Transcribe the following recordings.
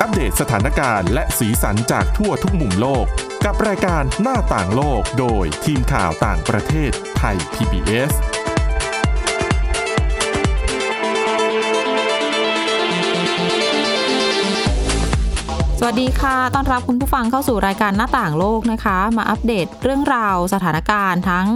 อัปเดตสถานการณ์และสีสันจากทั่วทุกมุมโลก กับรายการหน้าต่างโลกโดยทีมข่าวต่างประเทศไทย PBS สวัสดีค่ะ ต้อนรับคุณผู้ฟังเข้าสู่รายการหน้าต่างโลกนะคะ มาอัปเดตเรื่องราวสถานการณ์ทั้ง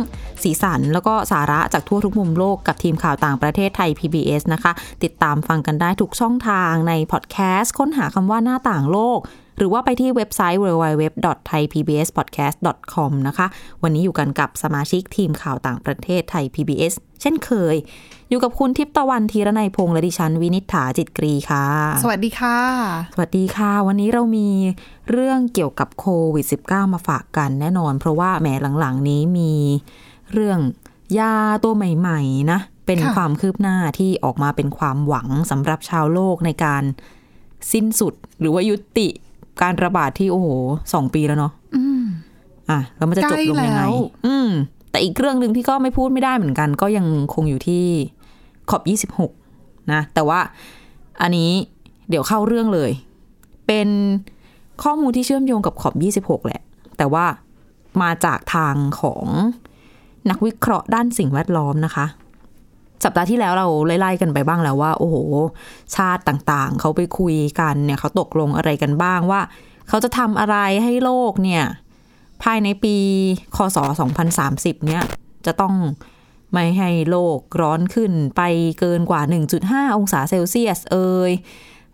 สีสัน แล้วก็สาระจากทั่วทุกมุมโลกกับทีมข่าวต่างประเทศไทย PBS นะคะ ติดตามฟังกันได้ทุกช่องทางในพอดแคสต์ค้นหาคำว่าหน้าต่างโลก หรือว่าไปที่เว็บไซต์ www.thaipbspodcast.com นะคะ วันนี้อยู่กันกับสมาชิกทีมข่าวต่างประเทศไทย PBS เช่นเคย อยู่กับคุณทิพย์ตะวันธีรนัยพงษ์และดิฉันวินิษฐาจิตกรีค่ะ สวัสดีค่ะ สวัสดีค่ะ วันนี้เรามีเรื่องเกี่ยวกับโควิด -19 มาฝากกันแน่นอน เพราะว่าแหมหลังๆ นี้มีเรื่องยาตัวใหม่ ๆ นะ เป็น ค่ะ ความคืบหน้าที่ออกมาเป็นความหวังสำหรับชาวโลกในการสิ้นสุด หรือว่ายุติการระบาดที่โอ้โหสองปีแล้วเนาะอ่ะแล้วมันจะจบลงยังไง อืม แต่อีกเรื่องหนึ่งที่ก็ไม่พูดไม่ได้เหมือนกัน ก็ยังคงอยู่ที่ขอบ 26 นะ แต่ว่าอันนี้เดี๋ยวเข้าเรื่องเลย เป็นข้อมูลที่เชื่อมโยงกับขอบ 26 แหละ แต่ว่ามาจากทางของนักวิเคราะห์ด้านสิ่งแวดล้อมนะคะ สัปดาห์ที่แล้วเราไล่ๆกันไปบ้างแล้วว่า โอ้โห ชาติต่างๆ เขาไปคุยกันเนี่ยเขาตกลงอะไรกันบ้างว่า เขาจะทำอะไรให้โลกเนี่ย ภายในปีคศ 2030 เนี่ย จะต้องไม่ให้โลกร้อนขึ้นไปเกินกว่า 1.5 องศาเซลเซียสเอ่ย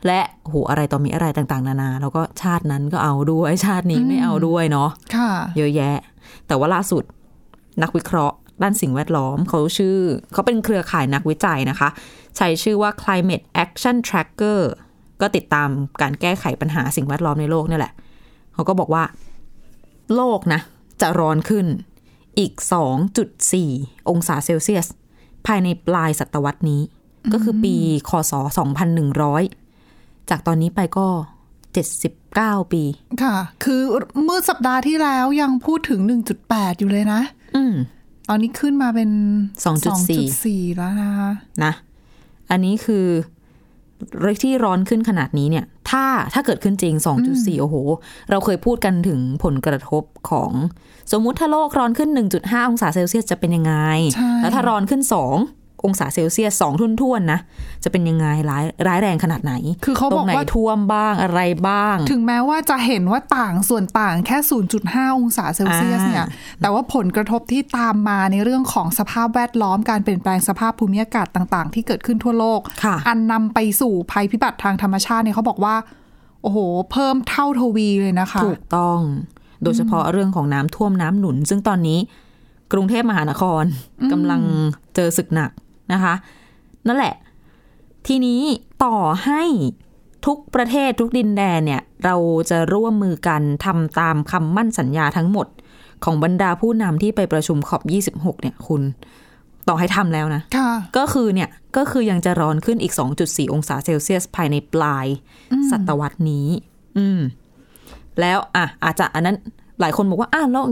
และโหอะไรต่อมีอะไรต่างๆ นานา แล้วก็ชาตินั้นก็เอาด้วยชาตินี้ไม่เอาด้วยเนาะ ค่ะ เยอะแยะ แต่ว่าล่าสุดนักวิเคราะห์ ด้านสิ่งแวดล้อมเขาชื่อ เขาเป็นเครือข่ายนักวิจัยนะคะ ใช้ชื่อว่า climate action tracker ก็ติดตามการแก้ไขปัญหาสิ่งแวดล้อมในโลกเนี่ยแหละ เขาก็บอกว่า โลกนะ จะร้อนขึ้นอีก 2.4 องศาเซลเซียส ภายในปลายศตวรรษนี้ ก็คือปีคศ 2100 จากตอนนี้ไปก็ 79 ปี ค่ะ คือเมื่อสัปดาห์ที่แล้วยังพูดถึง 1.8 อยู่เลยนะ อืม ตอนนี้ขึ้นมาเป็น 2.4 2.4 แล้วนะคะ นะ อันนี้คือที่ร้อนขึ้นขนาดนี้เนี่ย ถ้าถ้าเกิดขึ้นจริง 2.4 โอ้โห เราเคยพูดกันถึงผลกระทบของ สมมุติถ้าโลกร้อนขึ้น 1.5 องศาเซลเซียสจะเป็นยังไง ใช่ แล้วถ้าร้อนขึ้น 2 องศาเซลเซียส2ทุ่นท่วนๆนะ จะเป็นยังไงร้ายร้ายแรงขนาดไหน คือเขา ตร บอง ก ไหน ว่า ท่วมบ้างอะไรบ้าง ถึงแม้ว่าจะเห็นว่าต่างส่วนต่างแค่ 0.5 องศาเซลเซียสเนี่ย แต่ว่าผลกระทบที่ตามมาในเรื่องของสภาพแวดล้อมการเปลี่ยนแปลงสภาพภูมิอากาศต่างๆ ที่เกิดขึ้นทั่วโลก ค่ะ อันนำไปสู่ภัยพิบัติทางธรรมชาติเนี่ยเขาบอกว่า โอ้โห เพิ่มเท่าทวีเลยนะคะ ถูกต้อง โดยเฉพาะเรื่องของน้ำท่วมน้ำหนุน ซึ่งตอนนี้กรุงเทพมหานครกำลังเจอศึกหนักนะคะ นั่นแหละ ทีนี้ต่อให้ทุกประเทศทุกดินแดนเนี่ย เราจะร่วมมือกันทำตามคำมั่นสัญญาทั้งหมด ของบรรดาผู้นำที่ไปประชุมขอบ26 เนี่ยคุณ ต่อให้ทำแล้วนะ ค่ะ ก็คือเนี่ย ก็คือยังจะร้อนขึ้นอีก 2.4 องศาเซลเซียส ภายในปลาย ศตวรรษนี้ อืม แล้วอ่ะอาจจะอันนั้นหลายคนบอกว่าอ้าวแล้ว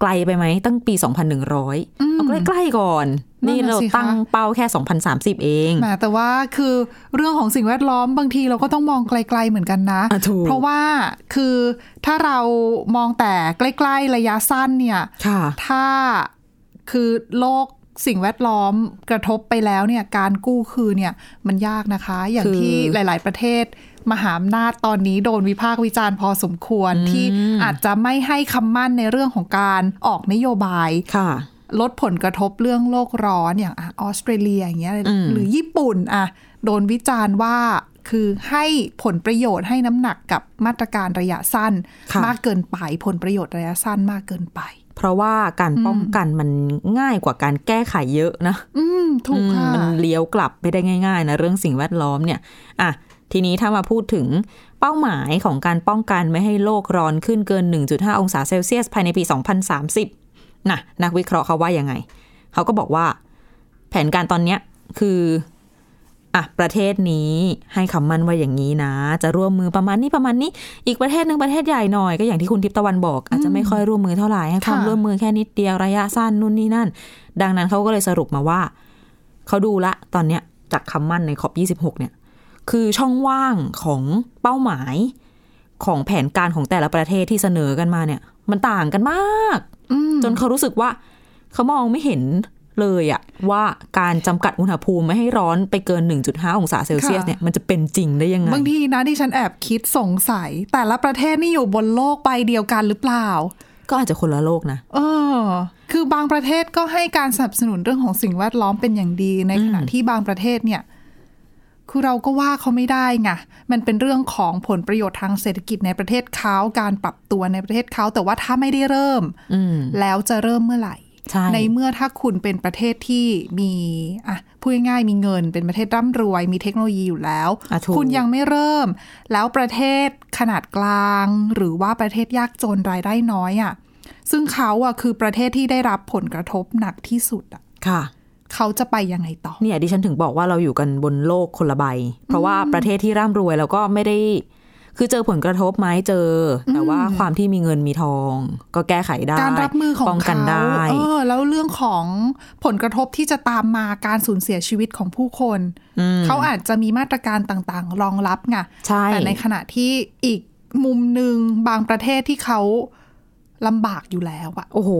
ไกลไปไหมตั้งปี 2,100 เอาใกล้ๆก่อน นั่นน่ะ นี่เรา สิคะ ตั้งเป้าแค่ 2,030 เอง แหมแต่ว่าคือเรื่องของสิ่งแวดล้อมบางทีเราก็ต้องมองไกลๆเหมือนกันนะ อ่ะถูก เพราะว่าคือถ้าเรามองแต่ใกล้ๆระยะสั้นเนี่ย ค่ะ ถ้าคือโลกสิ่งแวดล้อมกระทบไปแล้วเนี่ยการกู้คืนเนี่ยมันยากนะคะ อย่าง คือ ที่หลาย ๆ ประเทศ มหาอำนาจตอนนี้โดนวิพากษ์วิจารณ์พอสมควรที่อาจจะไม่ให้คำมั่นในเรื่องของการออกนโยบาย ค่ะ ลดผลกระทบเรื่องโลกร้อนอย่างอะออสเตรเลียอย่างเงี้ย อืม หรือญี่ปุ่นอ่ะโดนวิจารณ์ว่าคือให้ผลประโยชน์ให้น้ำหนักกับมาตรการระยะสั้น ค่ะ มากเกินไปผลประโยชน์ระยะสั้นมากเกินไป เพราะว่าการป้องกันมันง่ายกว่าการแก้ไขเยอะนะ อืม ถูกค่ะ อืมมันเลี้ยวกลับไม่ได้ง่าย ๆ นะ เรื่องสิ่งแวดล้อมเนี่ยอ่ะทีนี้ถ้ามาพูดถึงเป้าหมายของการป้องกันไม่ให้โลกร้อนขึ้นเกิน 1.5 องศาเซลเซียส ภายในปี 2030นะนักวิเคราะห์เขาว่ายังไง เขาก็บอกว่า แผนการตอนเนี้ยคืออ่ะประเทศนี้ให้คำมั่นว่าอย่างนี้นะ จะร่วมมือประมาณนี้ประมาณนี้ อีกประเทศหนึ่งประเทศใหญ่หน่อยก็อย่างที่คุณทิพย์ตะวันบอก อาจจะไม่ค่อยร่วมมือเท่าไหร่ให้ความ ค่ะ ร่วมมือแค่นิดเดียวระยะสั้นนู่นนี่นั่น ดังนั้นเขาก็เลยสรุปมาว่า เขาดูละตอนเนี้ยจากคำมั่นในขอบ 26 เนี่ย คือช่องว่างของเป้าหมาย ของแผนการของแต่ละประเทศที่เสนอกันมาเนี่ย มันต่างกันมาก อืม จนเขารู้สึกว่า เขามองไม่เห็นเลยอะว่าการจำกัดอุณหภูมิไม่ให้ร้อนไปเกิน 1.5 องศาเซลเซียส ค่ะ เนี่ยมันจะเป็นจริงได้ยังไง บางทีนะดิฉันแอบคิดสงสัย แต่ละประเทศนี่อยู่บนโลกใบเดียวกันหรือเปล่า ก็อาจจะคนละโลกนะ เออ คือบางประเทศก็ให้การสนับสนุนเรื่องของสิ่งแวดล้อมเป็นอย่างดี ในขณะที่บางประเทศเนี่ย คือเราก็ว่าเขาไม่ได้ไง มันเป็นเรื่องของผลประโยชน์ทางเศรษฐกิจในประเทศเขาการปรับตัวในประเทศเขาแต่ว่าถ้าไม่ได้เริ่ม อืม แล้วจะเริ่มเมื่อไหร่ ใช่ ในเมื่อถ้าคุณเป็นประเทศที่มีอ่ะพูดง่ายๆมีเงินเป็นประเทศร่ำรวย มีเทคโนโลยีอยู่แล้ว อ่ะถูก คุณยังไม่เริ่ม แล้วประเทศขนาดกลาง หรือว่าประเทศยากจนรายได้น้อยอะ่ะซึ่งเขาอ่ะคือประเทศที่ได้รับผลกระทบหนักที่สุดอ่ะ ค่ะ เขาจะไปยังไงต่อ เนี่ยดิฉันถึงบอกว่าเราอยู่กันบนโลกคนละใบ เพราะว่าประเทศที่ร่ำรวยแล้วก็ไม่ได้ คือเจอผลกระทบไหมเจอ แต่ว่าความที่มีเงินมีทอง ก็แก้ไขได้ การรับมือของ ป้อง เขา กันได้ เออ แล้วเรื่องของผลกระทบที่จะตามมาการสูญเสียชีวิตของผู้คน เขาอาจจะมีมาตรการต่างๆ รองรับไง ใช่ แต่ในขณะที่อีกมุมหนึ่งบางประเทศที่เขาลำบากอยู่แล้วอะ โอ้โห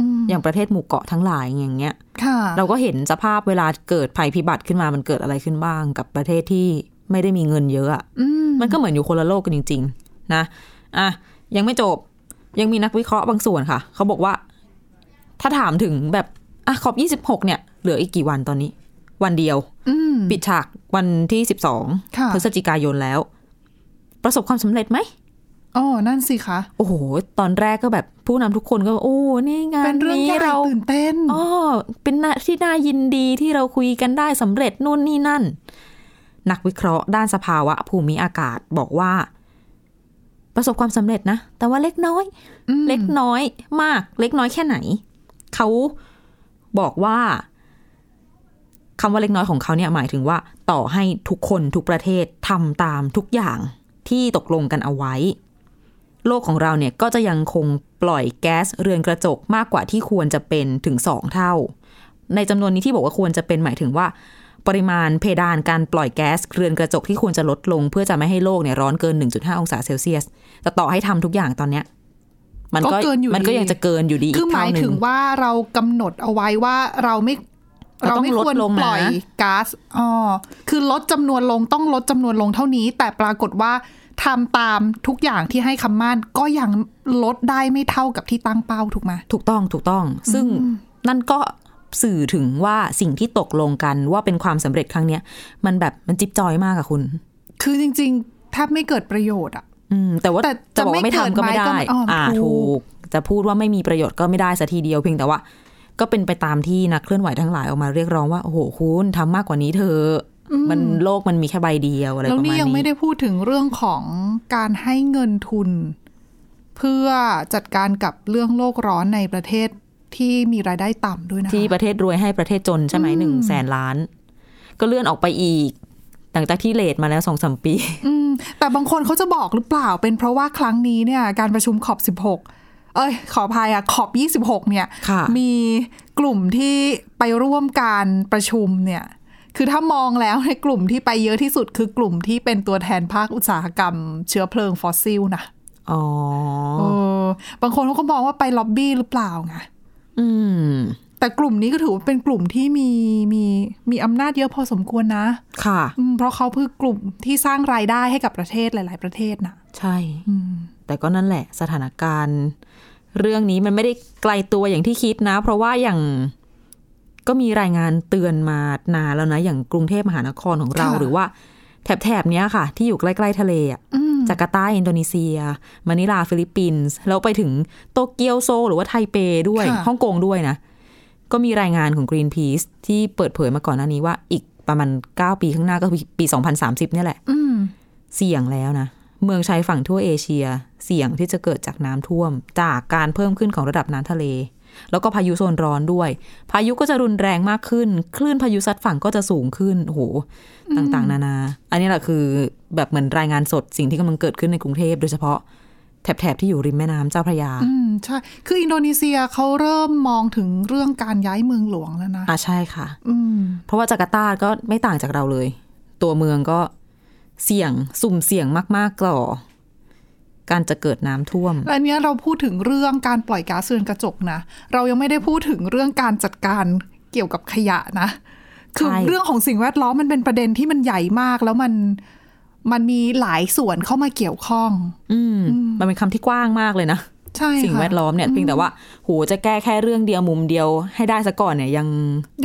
อืม อย่างประเทศหมู่เกาะทั้งหลายอย่างเงี้ย ค่ะ เราก็เห็นสภาพเวลาเกิดภัยพิบัติขึ้นมามันเกิดอะไรขึ้นบ้างกับประเทศที่ไม่ได้มีเงินเยอะอะ อืม มันก็เหมือนอยู่คนละโลกกันจริง ๆ นะ อ่ะ ยังไม่จบ ยังมีนักวิเคราะห์บางส่วนค่ะ เขาบอกว่า ถ้าถามถึงแบบ อ่ะขอบยี่สิบหกเนี่ย เหลืออีกกี่วันตอนนี้ วันเดียว อืม ปิดฉากวันที่สิบสอง ค่ะ พฤศจิกายนแล้ว ประสบความสำเร็จไหม อ๋อ นั่นสิคะ โอ้โห ตอนแรกก็แบบผู้นำทุกคนก็แบบโอ้ นี่งาน เป็นเรื่อง นี้ ใหญ่ เรา ตื่นเต้น อ๋อ เป็นหน้าที่น่ายินดีที่เราคุยกันได้สำเร็จนู่นนี่นั่น นักวิเคราะห์ด้านสภาวะภูมิอากาศบอกว่า ประสบความสำเร็จนะ แต่ว่าเล็กน้อย อืม เล็กน้อยมาก เล็กน้อยแค่ไหน เขาบอกว่าคำว่าเล็กน้อยของเขาเนี่ยหมายถึงว่า ต่อให้ทุกคนทุกประเทศทำตามทุกอย่างที่ตกลงกันเอาไว้ โลกของเราเนี่ยก็จะยังคงปล่อยแก๊สเรือนกระจกมากกว่าที่ควรจะเป็นถึง 2 เท่า ในจำนวนนี้ที่บอกว่าควรจะเป็นหมายถึงว่า ปริมาณเพดานการปล่อยแก๊สเรือนกระจกที่ควรจะลดลง เพื่อจะไม่ให้โลกเนี่ยร้อนเกิน 1.5 องศาเซลเซียส แต่ต่อให้ทำทุกอย่างตอนเนี้ยมันก็ ก็เกินอยู่ดี มันก็ยังจะเกินอยู่ดีอี คือก ห เท่า มา ห ย นึ่ ถึ ง งว่าเรากำหนดเอาไว้ว่าเราไม่ เรา เรา ต้อง ไม่ควร ลดลงนะ ปล่อยก๊าซอ๋อคือลดจำนวนลงต้องลดจำนวนลงเท่านี้ แต่ปรากฏว่าทำตามทุกอย่างที่ให้คำมั่นก็ยังลดได้ไม่เท่ากับที่ตั้งเป้าถูกไหม ถูกต้องถูกต้อง ซึ่งนั่นก็สื่อถึงว่าสิ่งที่ตกลงกันว่าเป็นความสำเร็จครั้งเนี้ย มันแบบมันจิ๊บจอยมากอะคุณ คือจริงๆแทบไม่เกิดประโยชน์อะ อืมแต่ว่า แต่ จะบอกว่าไม่ทำก็ไม่ได้ จะไม่เกิดไหมก็ไม่อ้อม อ่า ถู ถู ก ก จะพูดว่าไม่มีประโยชน์ก็ไม่ได้สัทีเดียวเพียงแต่ว่า ก็เป็นไปตามที่นักเคลื่อนไหวทั้งหลายออกมาเรียกร้องว่า โอ้โหคุณทำมากกว่านี้เถอะมันโลกมันมีแค่ใบเดียวอะไรป แล้ว ระมาณ นี่ยังไม่ นี้ ได้พูดถึงเรื่องของการให้เงินทุน เพื่อจัดการกับเรื่องโลกร้อนในประเทศที่มีรายได้ต่ำด้วยนะคะ ที่ประเทศรวยให้ประเทศจนใช่ไหมหนึ่งแสนล้าน ก็เลื่อนออกไปอีก หลังจากที่เลทมาแล้วสองสามปี อืมแต่บางคนเขาจะบอกหรือเปล่า เป็นเพราะว่าครั้งนี้เนี่ยการประชุมขอบ 16 เอ้ย ขออภัยอะขอบ 26 เนี่ย ค่ะ มีกลุ่มที่ไปร่วมการประชุมเนี่ย คือถ้ามองแล้วในกลุ่มที่ไปเยอะที่สุดคือกลุ่มที่เป็นตัวแทนภาคอุตสาหกรรม เชื้อเพลิงฟอสซิลนะ อ๋อ เออบางคนเขาก็มองว่าไปล็อบบี้หรือเปล่าไง อืม แต่กลุ่มนี้ก็ถือว่าเป็นกลุ่มที่มีมีมีอำนาจเยอะพอสมควรนะ ค่ะ อืมเพราะเขาคือกลุ่มที่สร้างรายได้ให้กับประเทศหลาย ๆ ประเทศนะ ใช่ แต่ก็นั่นแหละสถานการณ์ เรื่องนี้มันไม่ได้ไกลตัวอย่างที่คิดนะ เพราะว่าอย่างก็มีรายงานเตือนมานานแล้วนะ อย่างกรุงเทพมหานครของเรา ค่ะ หรือว่า แถบแถบๆเนี้ยค่ะ ที่อยู่ใกล้ๆทะเลอะ อืม จาการ์ตาอินโดนีเซียมะนิลาฟิลิปปินส์แล้วไปถึงโตเกียวโซลหรือว่าไทเปด้วย ค่ะ ฮ่องกงด้วยนะ ก็มีรายงานของ Greenpeace ที่เปิดเผยมาก่อนหน้านี้ว่าอีกประมาณ 9 ปีข้างหน้าก็คือปี 2030เนี่ยแหละ อืม เสี่ยงแล้วนะ เมืองชายฝั่งทั่วเอเชีย เสี่ยงที่จะเกิดจากน้ำท่วม จากการเพิ่มขึ้นของระดับน้ำทะเล แล้วก็พายุโซนร้อนด้วย พายุก็จะรุนแรงมากขึ้น คลื่นพายุซัดฝั่งก็จะสูงขึ้นโอ้โหต่างๆ นานา อันนี้แหละคือแบบเหมือนรายงานสดสิ่งที่กำลังเกิดขึ้นในกรุงเทพโดยเฉพาะแถบๆที่อยู่ริมแม่น้ำเจ้าพระยา อืม ใช่ คืออินโดนีเซียเขาเริ่มมองถึงเรื่องการย้ายเมืองหลวงแล้วนะ อ่ะใช่ค่ะ อืม เพราะว่าจาการ์ตาก็ไม่ต่างจากเราเลย ตัวเมืองก็เสี่ยงสุ่มเสี่ยงมากๆต่อ การจะเกิดน้ำท่วม และเนี้ยเราพูดถึงเรื่องการปล่อยก๊าซเรือนกระจกนะ เรายังไม่ได้พูดถึงเรื่องการจัดการเกี่ยวกับขยะนะ คือ ใช่ เรื่องของสิ่งแวดล้อมมันเป็นประเด็นที่มันใหญ่มากแล้วมันมันมีหลายส่วนเข้ามาเกี่ยวข้อง อืม มันเป็นคำที่กว้างมากเลยนะ ใช่ สิ่ง ค่ะ แวดล้อมเนี่ยเพียงแต่ว่าโหจะแก้แค่เรื่องเดียวมุมเดียวให้ได้ซะก่อนเนี่ยยัง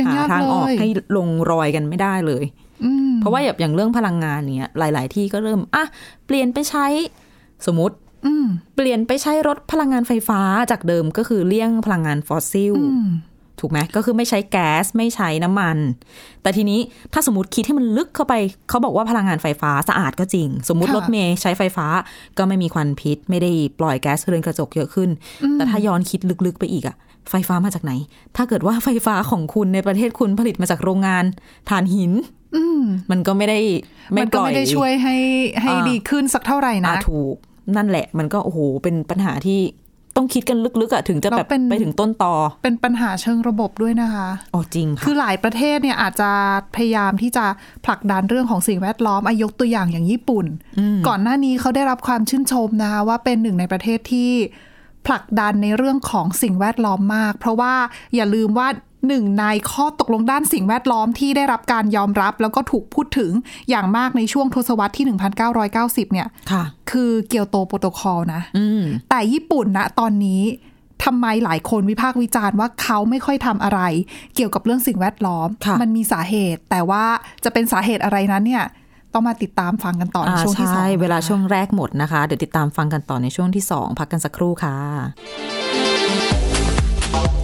ยัหายงาก ทางออก เลย ให้ลงรอยกันไม่ได้เลย อืม เพราะว่าแบบอย่างเรื่องพลังงานเนี่ยหลาย ๆ ที่ก็เริ่มอ่ะเปลี่ยนไปใช้สมมติ อืม เปลี่ยนไปใช้รถพลังงานไฟฟ้าจากเดิมก็คือเลี่ยงพลังงานฟอสซิล อืม ถูกไหมก็คือไม่ใช้แก๊สไม่ใช้น้ำมัน แต่ทีนี้ถ้าสมมติคิดให้มันลึกเข้าไป เขาบอกว่าพลังงานไฟฟ้าสะอาดก็จริง สมมติรถเมย์ใช้ไฟฟ้าก็ไม่มีควันพิษ ไม่ได้ปล่อยแก๊สเรือนกระจกเยอะขึ้น แต่ถ้าย้อนคิดลึกๆไปอีกอะไฟฟ้ามาจากไหน ถ้าเกิดว่าไฟฟ้าของคุณในประเทศคุณผลิตมาจากโรงงานถ่านหิน อืม มันก็ไม่ได้ มันก็ ปล่อย ไม่ได้ช่วยให้ให้ อ่า ดีขึ้นสักเท่าไหร่นะ อ่ะถูกนั่นแหละ มันก็โอ้โหเป็นปัญหาที่ต้องคิดกันลึกๆอะถึงจะ แล้ว แบบ เป็น ไปถึงต้นตอ เป็นปัญหาเชิงระบบด้วยนะคะ อ๋อจริง คื ค่ะ อหลายประเทศเนี่ยอาจจะพยายามที่จะผลักดันเรื่องของสิ่งแวดล้อมอายกตัวอย่างอย่างญี่ปุ่น ก่อนหน้านี้เขาได้รับความชื่นชมนะคะว่าเป็นหนึ่งในประเทศที่ผลักดันในเรื่องของสิ่งแวดล้อมมาก เพราะว่าอย่าลืมว่าหนึ่งในข้อตกลงด้านสิ่งแวดล้อมที่ได้รับการยอมรับ แล้วก็ถูกพูดถึงอย่างมากในช่วงทศวรรษที่ 1990 เนี่ย ค่ะ คือเกียวโตโปรโตคอลนะ อืม แต่ญี่ปุ่นนะตอนนี้ทำไมหลายคนวิพากษ์วิจารณ์ว่าเขาไม่ค่อยทำอะไร เกี่ยวกับเรื่องสิ่งแวดล้อม ค่ะ มันมีสาเหตุ แต่ว่าจะเป็นสาเหตุอะไรนั้นเนี่ย ต้องมาติดตามฟังกันต่อใน อ่า ช่วงที่สอง ใช่ นะคะ เวลาช่วงแรกหมดนะคะ เดี๋ยวติดตามฟังกันต่อในช่วงที่ 2 พักกันสักครู่ค่ะ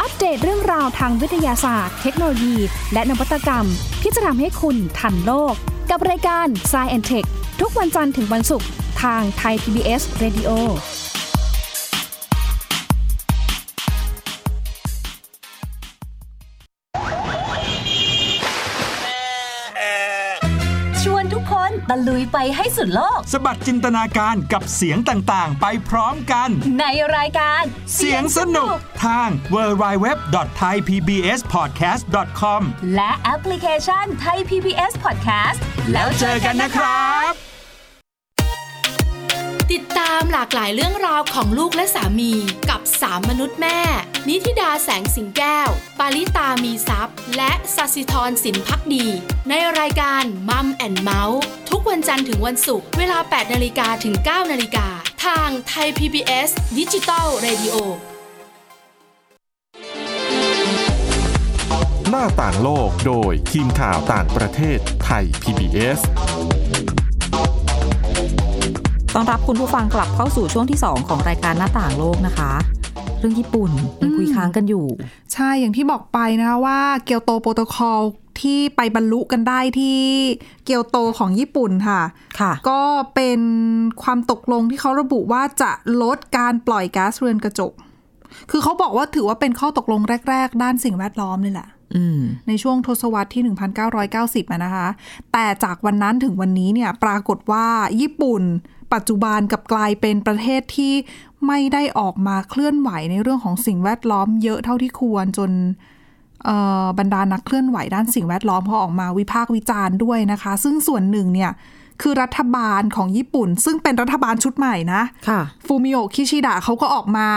อัปเดตเรื่องราวทางวิทยาศาสตร์ เทคโนโลยี และนวัตกรรม ที่จะทำให้คุณทันโลก กับรายการ s c i e n t e c h ทุกวันจันทร์ถึงวันศุกร์ทางไทย PBS Radio ชวนทุกคนตะลุยไปให้สุดโลก สะบัดจินตนาการกับเสียงต่าง ๆ ไปพร้อมกัน ในรายการ เสียงสนุกทาง w w w t h a i p b s p o d c a s t c o m และแอปพลิเคชันไทย PBS Podcast แล้วเจ เจ อ อ กั กัน น นะ นะ ค ค รั รับ บ ติดตามหลากหลายเรื่องราวของลูกและสามีกับสามมนุษย์แม่ นิธิดาแสงสิงแก้ว ปาริตามีซัพย์ และสัสิธรสินพักดี ในรายการมัมแอนเมาส์ทุกวันจันทร์ถึงวันศุกร์เวลา 8นาฬิกาถึง 9นาฬิกาทางไทย PBS ดิจิตอล Radio หน้าต่างโลกโดยทีมข่าวต่างประเทศไทย PBS ต้อนรับคุณผู้ฟังกลับเข้าสู่ช่วงที่ 2 ของรายการหน้าต่างโลกนะคะ เรื่องญี่ปุ่นยังคุยค้างกันอยู่ ใช่อย่างที่บอกไปนะคะว่าเกียวโตโปรโตคอลที่ไปบรรลุกันได้ที่เกียวโตของญี่ปุ่นค่ะ ค่ะ ก็เป็นความตกลงที่เขาระบุว่าจะลดการปล่อยก๊าซเรือนกระจก คือเขาบอกว่าถือว่าเป็นข้อตกลงแรก ๆ ด้านสิ่งแวดล้อมเลยแหละ อืม ในช่วงทศวรรษที่ 1990อะนะคะ แต่จากวันนั้นถึงวันนี้เนี่ยปรากฏว่าญี่ปุ่น ปัจจุบันกลับกลายเป็นประเทศที่ไม่ได้ออกมาเคลื่อนไหวในเรื่องของสิ่งแวดล้อมเยอะเท่าที่ควรจนเอ่อบรรดานักเคลื่อนไหวด้านสิ่งแวดล้อมเขาออกมาวิพากษ์วิจารณ์ด้วยนะคะ ซึ่งส่วนหนึ่งเนี่ยคือรัฐบาลของญี่ปุ่น ซึ่งเป็นรัฐบาลชุดใหม่นะ ค่ะ ฟูมิโอะคิชิดะเขาก็ออกมา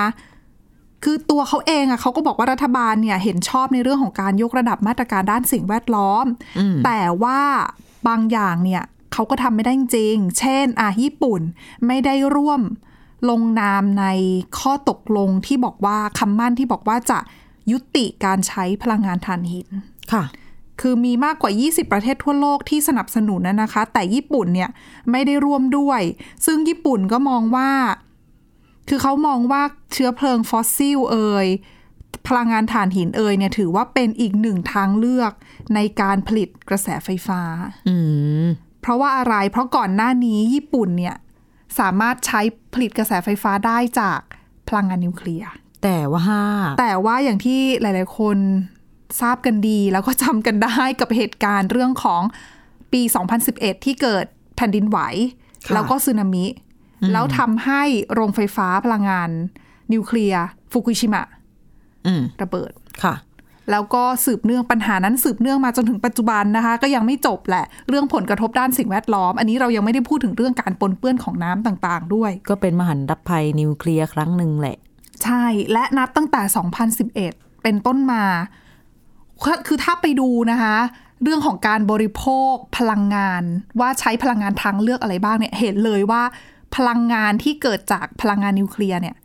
คือตัวเขาเองอะเขาก็บอกว่ารัฐบาลเนี่ยเห็นชอบในเรื่องของการยกระดับมาตรการด้านสิ่งแวดล้อม แต่ว่าบางอย่างเนี่ยเขาก็ทำไม่ได้จริง เช่นอะญี่ปุ่นไม่ได้ร่วมลงนามในข้อตกลงที่บอกว่าคำมั่นที่บอกว่าจะยุติการใช้พลังงานถ่านหิน ค่ะ คือมีมากกว่า 20 ประเทศทั่วโลกที่สนับสนุนนะนะคะ แต่ญี่ปุ่นเนี่ยไม่ได้ร่วมด้วย ซึ่งญี่ปุ่นก็มองว่า คือเขามองว่าเชื้อเพลิงฟอสซิลเอ่ยพลังงานถ่านหินเอ่ยเนี่ยถือว่าเป็นอีกหนึ่งทางเลือกในการผลิตกระแสไฟฟ้า อืม เพราะว่าอะไร เพราะก่อนหน้านี้ญี่ปุ่นเนี่ยสามารถใช้ผลิตกระแสไฟฟ้าได้จาก พลังงานนิวเคลียร์ แต่ว่า แต่ว่าอย่างที่หลาย ๆ คนทราบกันดีแล้วก็จำกันได้กับเหตุการณ์เรื่องของปี 2011 ที่เกิดแผ่นดินไหว ค่ะ แล้วก็สึนามิ แล้วทำให้โรงไฟฟ้าพลังงาน นิวเคลียร์ฟุกุชิมะ อืม ระเบิด ค่ะ แล้วก็สืบเนื่องปัญหานั้นสืบเนื่องมาจนถึงปัจจุบันนะคะ ก็ยังไม่จบแหละ เรื่องผลกระทบด้านสิ่งแวดล้อม อันนี้เรายังไม่ได้พูดถึงเรื่องการปนเปื้อนของน้ำต่างๆ ด้วย ก็เป็นมหันตภัยนิวเคลียร์ครั้งหนึ่งแหละ ใช่ และนับตั้งแต่ 2011 เป็นต้นมาก็คือถ้าไปดูนะคะ เรื่องของการบริโภคพลังงาน ว่าใช้พลังงานทางเลือกอะไรบ้างเนี่ย เห็นเลยว่าพลังงานที่เกิดจากพลังงานนิวเคลียร์เนี่ย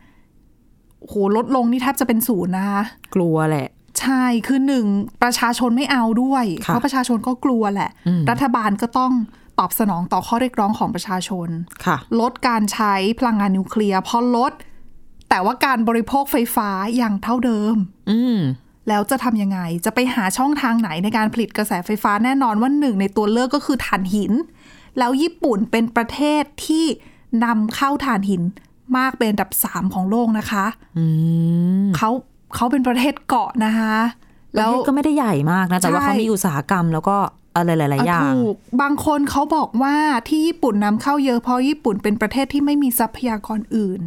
โอ้โหลดลงนี่แทบจะเป็นศูนย์นะคะ กลัวแหละ ใช่ คือหนึ่งประชาชนไม่เอาด้วย ค่ะ เพราะประชาชนก็กลัวแหละ อืม รัฐบาลก็ต้องตอบสนองต่อข้อเรียกร้องของประชาชน ค่ะ ลดการใช้พลังงานนิวเคลียร์พอลด แต่ว่าการบริโภคไฟฟ้ายังเท่าเดิม อืม แล้วจะทำยังไง จะไปหาช่องทางไหนในการผลิตกระแสไฟฟ้าแน่นอนว่าหนึ่งในตัวเลือกก็คือถ่านหิน แล้วญี่ปุ่นเป็นประเทศที่นำเข้าถ่านหินมากเป็นอันดับสามของโลกนะคะ อืม เขาเขาเป็นประเทศเกาะนะคะ แล้วก็ไม่ได้ใหญ่มากนะ แต่ว่า ใช่ เขามีอุตสาหกรรมแล้วก็อะไรหลาย ๆ อย่าง ถูกบางคนเขาบอกว่าที่ญี่ปุ่นนำเข้าเยอะเพราะญี่ปุ่นเป็นประเทศที่ไม่มีทรัพยากรอื่น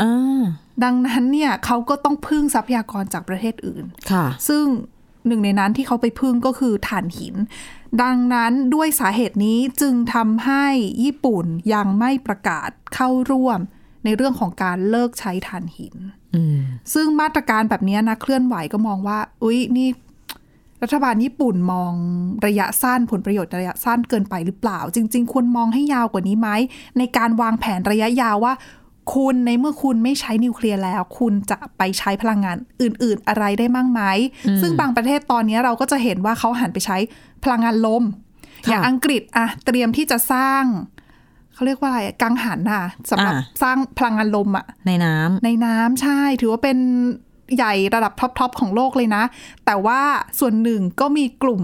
อ่า ดังนั้นเนี่ยเขาก็ต้องพึ่งทรัพยากรจากประเทศอื่น ค่ะ ซึ่งหนึ่งในนั้นที่เขาไปพึ่งก็คือถ่านหิน ดังนั้นด้วยสาเหตุนี้จึงทำให้ญี่ปุ่นยังไม่ประกาศเข้าร่วมในเรื่องของการเลิกใช้ถ่านหิน อืม ซึ่งมาตรการแบบนี้นะเคลื่อนไหวก็มองว่า อุ๊ยนี่ รัฐบาลญี่ปุ่นมองระยะสั้นผลประโยชน์ระยะสั้นเกินไปหรือเปล่า จริง ๆ ควรมองให้ยาวกว่านี้ไหม ในการวางแผนระยะยาวว่า คุณในเมื่อคุณไม่ใช้นิวเคลียร์แล้ว คุณจะไปใช้พลังงานอื่น ๆ อะไรได้มั่งไหม ซึ่งบางประเทศตอนนี้เราก็จะเห็นว่าเขาหันไปใช้พลังงานลม ค่ะ อย่างอังกฤษอะเตรียมที่จะสร้างเขาเรียกว่าอะไรอะกังหันอะสำหรับ อ่า สร้างพลังงานลมอะ ในน้ำ ในน้ำใช่ ถือว่าเป็นใหญ่ระดับท็อปทอปของโลกเลยนะ แต่ว่าส่วนหนึ่งก็มีกลุ่ม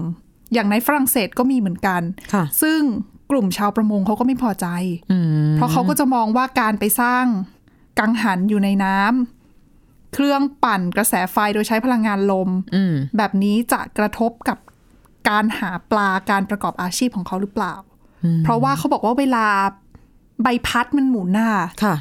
อย่างในฝรั่งเศสก็มีเหมือนกัน ค่ะ ซึ่งกลุ่มชาวประมงเขาก็ไม่พอใจ อืม เพราะเขาก็จะมองว่าการไปสร้างกังหันอยู่ในน้ำเครื่องปั่นกระแสไฟโดยใช้พลังงานลม อืม แบบนี้จะกระทบกับการหาปลาการประกอบอาชีพของเขาหรือเปล่า เพราะว่าเขาบอกว่าเวลาใบพัดมันหมุนน่ะ ค่ะ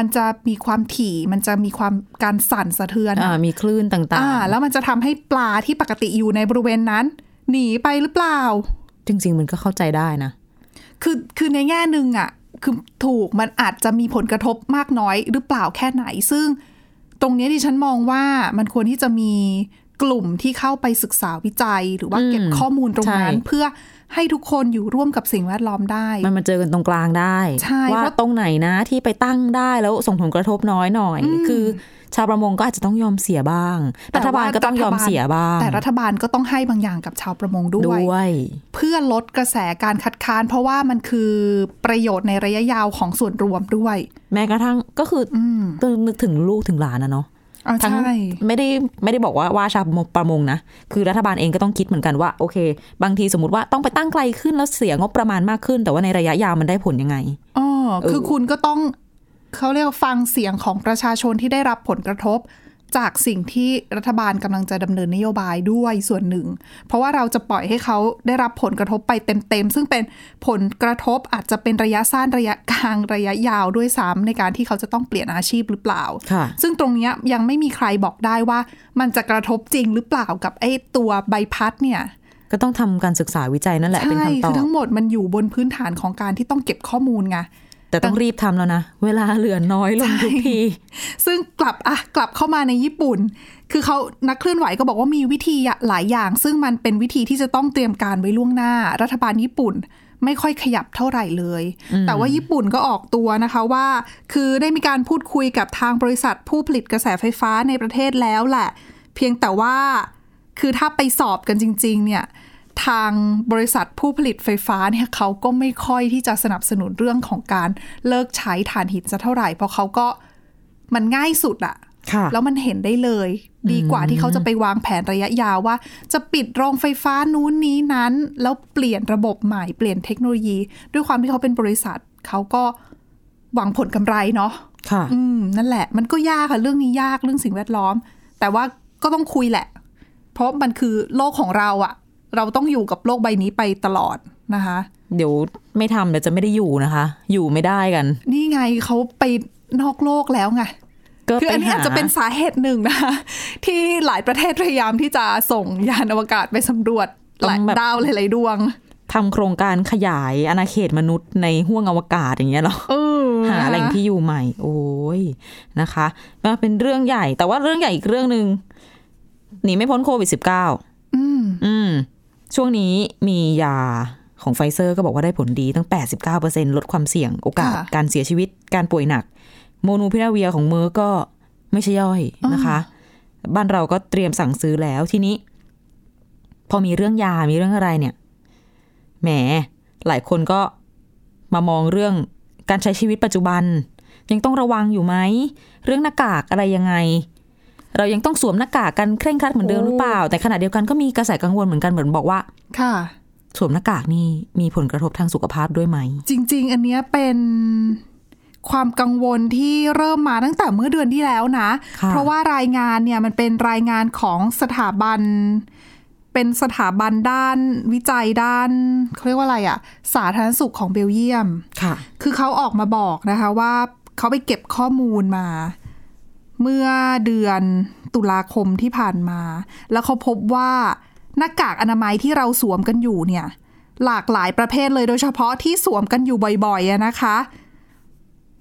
มันจะมีความถี่ มันจะมีความการสั่นสะเทือน อ่า มีคลื่นต่าง อ่า แล้วมันจะทำให้ปลาที่ปกติอยู่ในบริเวณนั้น หนีไปหรือเปล่า ๆ จริง ๆ มันก็เข้าใจได้นะ คือ คือในแง่หนึ่งอะคือถูก มันอาจจะมีผลกระทบมากน้อยหรือเปล่าแค่ไหน ซึ่งตรงเนี้ยดิฉันมองว่ามันควรที่จะมีกลุ่มที่เข้าไปศึกษาวิจัย หรือว่าเก็บ อืม ข้อมูลตรงนั้น ใช่ เพื่อให้ทุกคนอยู่ร่วมกับสิ่งแวดล้อมได้ มันมาเจอกันตรงกลางได้ ใช่ ว่า เพราะ ตรงไหนนะที่ไปตั้งได้แล้วส่งผลกระทบน้อยหน่อย คือ ชาวประมงก็อาจจะต้องยอมเสียบ้าง รัฐบาลก็ต้องยอมเสียบ้าง แต่รัฐบาลก็ต้องให้บางอย่างกับชาวประมงด้ ด้ ว วย ย เพื่อลดกระแสการคัดค้าน เพราะว่ามันคือประโยชน์ในระยะยาวของส่วนรวมด้วย แม้กระทั่งก็คือ อืม ต้องนึกถึงลูกถึงหลานนะเนาะ เอา ทั้ง ใช่ ไม่ได้ไม่ได้บอกว่าว่าชาวประมงนะ คือรัฐบาลเองก็ต้องคิดเหมือนกันว่า โอเค บางทีสมมติว่าต้องไปตั้งไกลขึ้นแล้วเสียงบประมาณมากขึ้น แต่ว่าในระยะยาวมันได้ผลยังไง อ๋อ เออ คือคุณก็ต้องเขาเรียกว่าฟังเสียงของประชาชนที่ได้รับผลกระทบ จากสิ่งที่รัฐบาลกำลังจะดำเนินนโยบายด้วยส่วนหนึ่ง เพราะว่าเราจะปล่อยให้เขาได้รับผลกระทบไปเต็มๆ ซึ่งเป็นผลกระทบอาจจะเป็นระยะสั้นระยะกลางระยะยาวด้วยซ้ำในการที่เขาจะต้องเปลี่ยนอาชีพหรือเปล่า ค่ะ ซึ่งตรงเนี้ยยังไม่มีใครบอกได้ว่า มันจะกระทบจริงหรือเปล่ากับไอ้ตัวใบพัดเนี่ย ก็ต้องทำการศึกษาวิจัยนั่นแหละเป็น ใช่ คำตอ คื บ อทั้งหมดมันอยู่บนพื้นฐานของการที่ต้องเก็บข้อมูลไง แต่ต้องรีบทำแล้วนะ เวลาเหลือน้อยลงทุกที ซึ่งกลับอะกลับเข้ามาในญี่ปุ่น คือเขานักเคลื่อนไหวก็บอกว่ามีวิธีหลายอย่าง ซึ่งมันเป็นวิธีที่จะต้องเตรียมการไว้ล่วงหน้า รัฐบาลญี่ปุ่นไม่ค่อยขยับเท่าไหร่เลย แต่ว่าญี่ปุ่นก็ออกตัวนะคะว่า คือได้มีการพูดคุยกับทางบริษัทผู้ผลิตกระแสไฟฟ้าในประเทศแล้วแหละ เพียงแต่ว่า คือถ้าไปสอบกันจริง ๆ เนี่ย ทางบริษัทผู้ผลิตไฟฟ้าเนี่ยเขาก็ไม่ค่อยที่จะสนับสนุนเรื่องของการเลิกใช้ถ่านหินจะเท่าไหร่ เพราะเขาก็มันง่ายสุดอะ ค่ะ แล้วมันเห็นได้เลย ดีกว่าที่เขาจะไปวางแผนระยะยาวว่า จะปิดโรงไฟฟ้านู้นนี้นั้น แล้วเปลี่ยนระบบใหม่เปลี่ยนเทคโนโลยี ด้วยความที่เขาเป็นบริษัทเขาก็หวังผลกำไรเนาะ ค่ะ อืมนั่นแหละ มันก็ยากค่ะ เรื่องนี้ยากเรื่องสิ่งแวดล้อม แต่ว่าก็ต้องคุยแหละ เพราะมันคือโลกของเราอะเราต้องอยู่กับโลกใบนี้ไปตลอดนะคะ เดี๋ยวไม่ทำเดี๋ยวจะไม่ได้อยู่นะคะ อยู่ไม่ได้กัน นี่ไงเขาไปนอกโลกแล้วไง ก็ คืออันนี้ ไปห อาจจะเป็นสาเหตุหนึ่งนะคะ ที่หลายประเทศพยายามที่จะส่งยานอวกาศไปสำรวจหลายดาวหลายๆดวง ทำโครงการขยายอาณาเขตมนุษย์ในห้วงอวกาศอย่างเงี้ยเหรอ เออ หาแหล่งที่อยู่ใหม่ โอ้ยนะคะก็เป็นเรื่องใหญ่ แต่ว่าเรื่องใหญ่อีกเรื่องหนึ่งหนีไม่พ้นโควิดสิบเก้า อืม อืม ช่วงนี้มียาของไฟเซอร์ก็บอกว่าได้ผลดีตั้ง 89%ลดความเสี่ยงโอกาส การเสียชีวิตการป่วยหนัก โมนูพิราเวียของเมอร์ก็ไม่ใช่ย่อยนะคะ บ้านเราก็เตรียมสั่งซื้อแล้วทีนี้ พอมีเรื่องยา มีเรื่องอะไรเนี่ย แหม หลายคนก็มามองเรื่องการใช้ชีวิตปัจจุบัน ยังต้องระวังอยู่ไหม เรื่องหน้ากากอะไรยังไง เรายังต้องสวมหน้ากากกันเคร่งครัดเหมือนเดิมหรือเปล่า แต่ขณะเดียวกันก็มีกระแสกังวลเหมือนกันเหมือนบอกว่า ค่ะ สวมหน้ากากนี่มีผลกระทบทางสุขภาพด้วยไหม จริง ๆ อันเนี้ยเป็นความกังวลที่เริ่มมาตั้งแต่เมื่อเดือนที่แล้วนะ ค่ะ เพราะว่ารายงานเนี่ยมันเป็นรายงานของสถาบัน เป็นสถาบันด้านวิจัยด้านเขาเรียกว่าอะไรอะสาธารณสุขของเบลเยียม ค่ะ คือเขาออกมาบอกนะคะว่าเขาไปเก็บข้อมูลมา เมื่อเดือนตุลาคมที่ผ่านมา แล้วเขาพบว่าหน้ากากอนามัยที่เราสวมกันอยู่เนี่ย หลากหลายประเภทเลยโดยเฉพาะที่สวมกันอยู่บ่อยๆอะนะคะ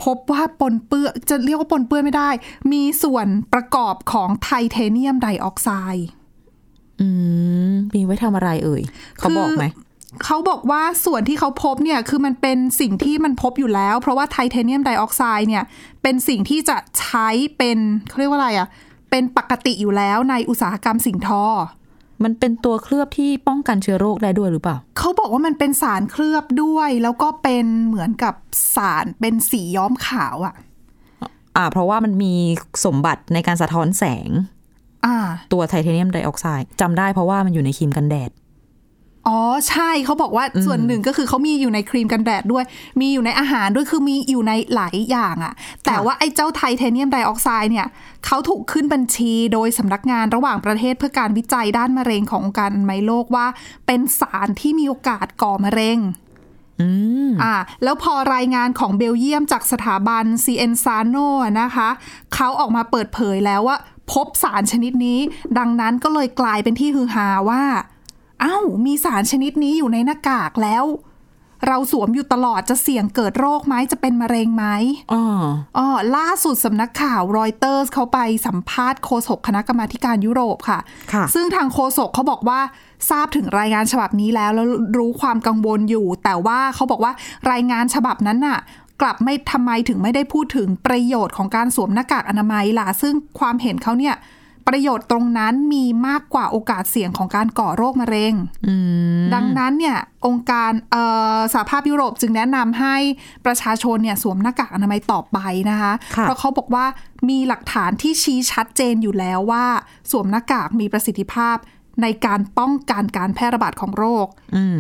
พบว่าปนเปื้อนจะเรียกว่าปนเปื้อนไม่ได้ มีส่วนประกอบของไทเทเนียมไดออกไซด์ อืม มีไว้ทำอะไรเอ่ย เขาบอกไหม เขาบอกว่าส่วนที่เขาพบเนี่ยคือมันเป็นสิ่งที่มันพบอยู่แล้ว เพราะว่าไทเทเนียมไดออกไซด์เนี่ยเป็นสิ่งที่จะใช้เป็นเขาเรียกว่าอะไรอะ่ะเป็นปกติอยู่แล้วในอุตสาหกรรมสิ่งทอ มันเป็นตัวเคลือบที่ป้องกันเชื้อโรคได้ด้วยหรือเปล่า เขาบอกว่ามันเป็นสารเคลือบด้วย แล้วก็เป็นเหมือนกับสารเป็นสีย้อมขาวอะ่ะ อ่า เพราะว่ามันมีสมบัติในการสะท้อนแสง อ่า ตัวไทเทเนียมไดออกไซด์จำได้เพราะว่ามันอยู่ในครีมกันแดด อ๋อใช่เขาบอกว่าส่วนหนึ่งก็คือเขามีอยู่ในครีมกันแดดด้วย มีอยู่ในอาหารด้วยคือมีอยู่ในหลายอย่างอะแต่ว่าไอ้เจ้าไทเทเนียมไดออกไซด์เนี่ยเขาถูกขึ้นบัญชีโดยสำนักงานระหว่างประเทศเพื่อการวิจัยด้านมะเร็งขององค์การอนามัยโลกว่า เป็นสารที่มีโอกาสก่อมะเร็ง อืม อ่าแล้วพอรายงานของเบลเยียมจากสถาบัน c n s a n o นะคะ เขาออกมาเปิดเผยแล้วว่า พบสารชนิดนี้ ดังนั้นก็เลยกลายเป็นที่ฮือฮาว่า เอ้า มีสารชนิดนี้อยู่ในหน้ากากแล้ว เราสวมอยู่ตลอดจะเสี่ยงเกิดโรคไหมจะเป็นมะเร็งไหม อ๋อ อ๋อล่าสุดสำนักข่าวรอยเตอร์สเขาไปสัมภาษณ์โฆษกคณะกรรมาธิการยุโรปค่ะ ค่ะ ซึ่งทางโฆษกเขาบอกว่าทราบถึงรายงานฉบับนี้แล้ว แล้วรู้ความกังวลอยู่ แต่ว่าเขาบอกว่ารายงานฉบับนั้นน่ะ กลับไม่ทำไมถึงไม่ได้พูดถึงประโยชน์ของการสวมหน้ากากอนามัยล่ะ ซึ่งความเห็นเขาเนี่ย ประโยชน์ตรงนั้นมีมากกว่าโอกาสเสี่ยงของการก่อโรคมะเร็ง ดังนั้นเนี่ยองค์การเอ่อสหภาพยุโรปจึงแนะนำให้ประชาชนเนี่ยสวมหน้ากากอนามัยต่อไปนะคะ ค่ะ เพราะเขาบอกว่ามีหลักฐานที่ชี้ชัดเจนอยู่แล้วว่า สวมหน้ากากมีประสิทธิภาพในการป้องกันการแพร่ระบาดของโรค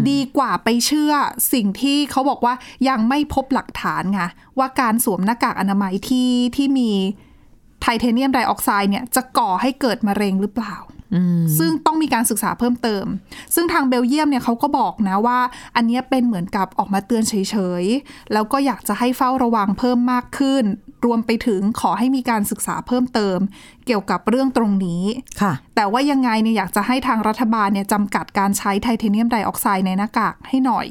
ดีกว่าไปเชื่อสิ่งที่เขาบอกว่ายังไม่พบหลักฐานไงว่าการสวมหน้ากากอนามัยที่ที่มีไทเทเนียมไดออกไซด์เนี่ยจะก่อให้เกิดมะเร็งหรือเปล่า ซึ่งต้องมีการศึกษาเพิ่มเติม ซึ่งทางเบลเยียมเนี่ยเขาก็บอกนะว่า อันเนี้ยเป็นเหมือนกับออกมาเตือนเฉยๆ แล้วก็อยากจะให้เฝ้าระวังเพิ่มมากขึ้น รวมไปถึงขอให้มีการศึกษาเพิ่มเติม เกี่ยวกับเรื่องตรงนี้ ค่ะ แต่ว่ายังไงเนี่ยอยากจะให้ทางรัฐบาลเนี่ยจำกัดการใช้ไทเทเนียมไดออกไซด์ในหน้ากากให้หน่อย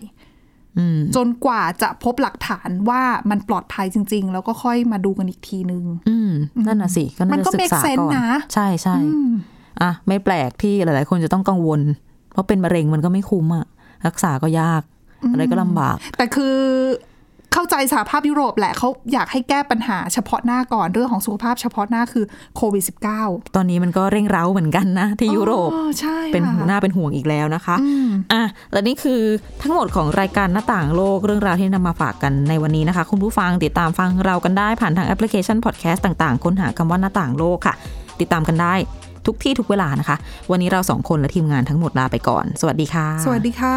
อืม จนกว่าจะพบหลักฐานว่ามันปลอดภัยจริง ๆ แล้วก็ค่อยมาดูกันอีกทีนึง อืม นั่นน่ะสิ ก็ มั น่าน ก็ จะศึกษา make sense ก่อน นะ ใช่ใช่ อืม อ่ะ ไม่แปลกที่หลาย ๆ คนจะต้องกังวล เพราะเป็นมะเร็งมันก็ไม่คุ้มอะรักษาก็ยาก อะไรก็ลำบาก แต่คือเข้าใจสหภาพยุโรปแหละเขาอยากให้แก้ปัญหาเฉพาะหน้าก่อนเรื่องของสุขภาพเฉพาะหน้าคือโควิด -19 ตอนนี้มันก็เร่งเร้าเหมือนกันนะ ที่ยุโรป อ๋อใช่ เป็น ค่ะ หน้าเป็นห่วงอีกแล้วนะคะ อืม อ่ะ และนี่คือทั้งหมดของรายการหน้าต่างโลกเรื่องราวที่นำมาฝากกันในวันนี้นะคะ คุณผู้ฟังติดตามฟังเรากันได้ผ่านทางแอปพลิเคชันพอดแคสต์ต่างๆ ค้นหาคำว่าหน้าต่างโลกค่ะ ติดตามกันได้ทุกที่ทุกเวลานะคะ วันนี้เราสองคนและทีมงานทั้งหมดลาไปก่อน สวัสดีค่ะ สวัสดีค่ะ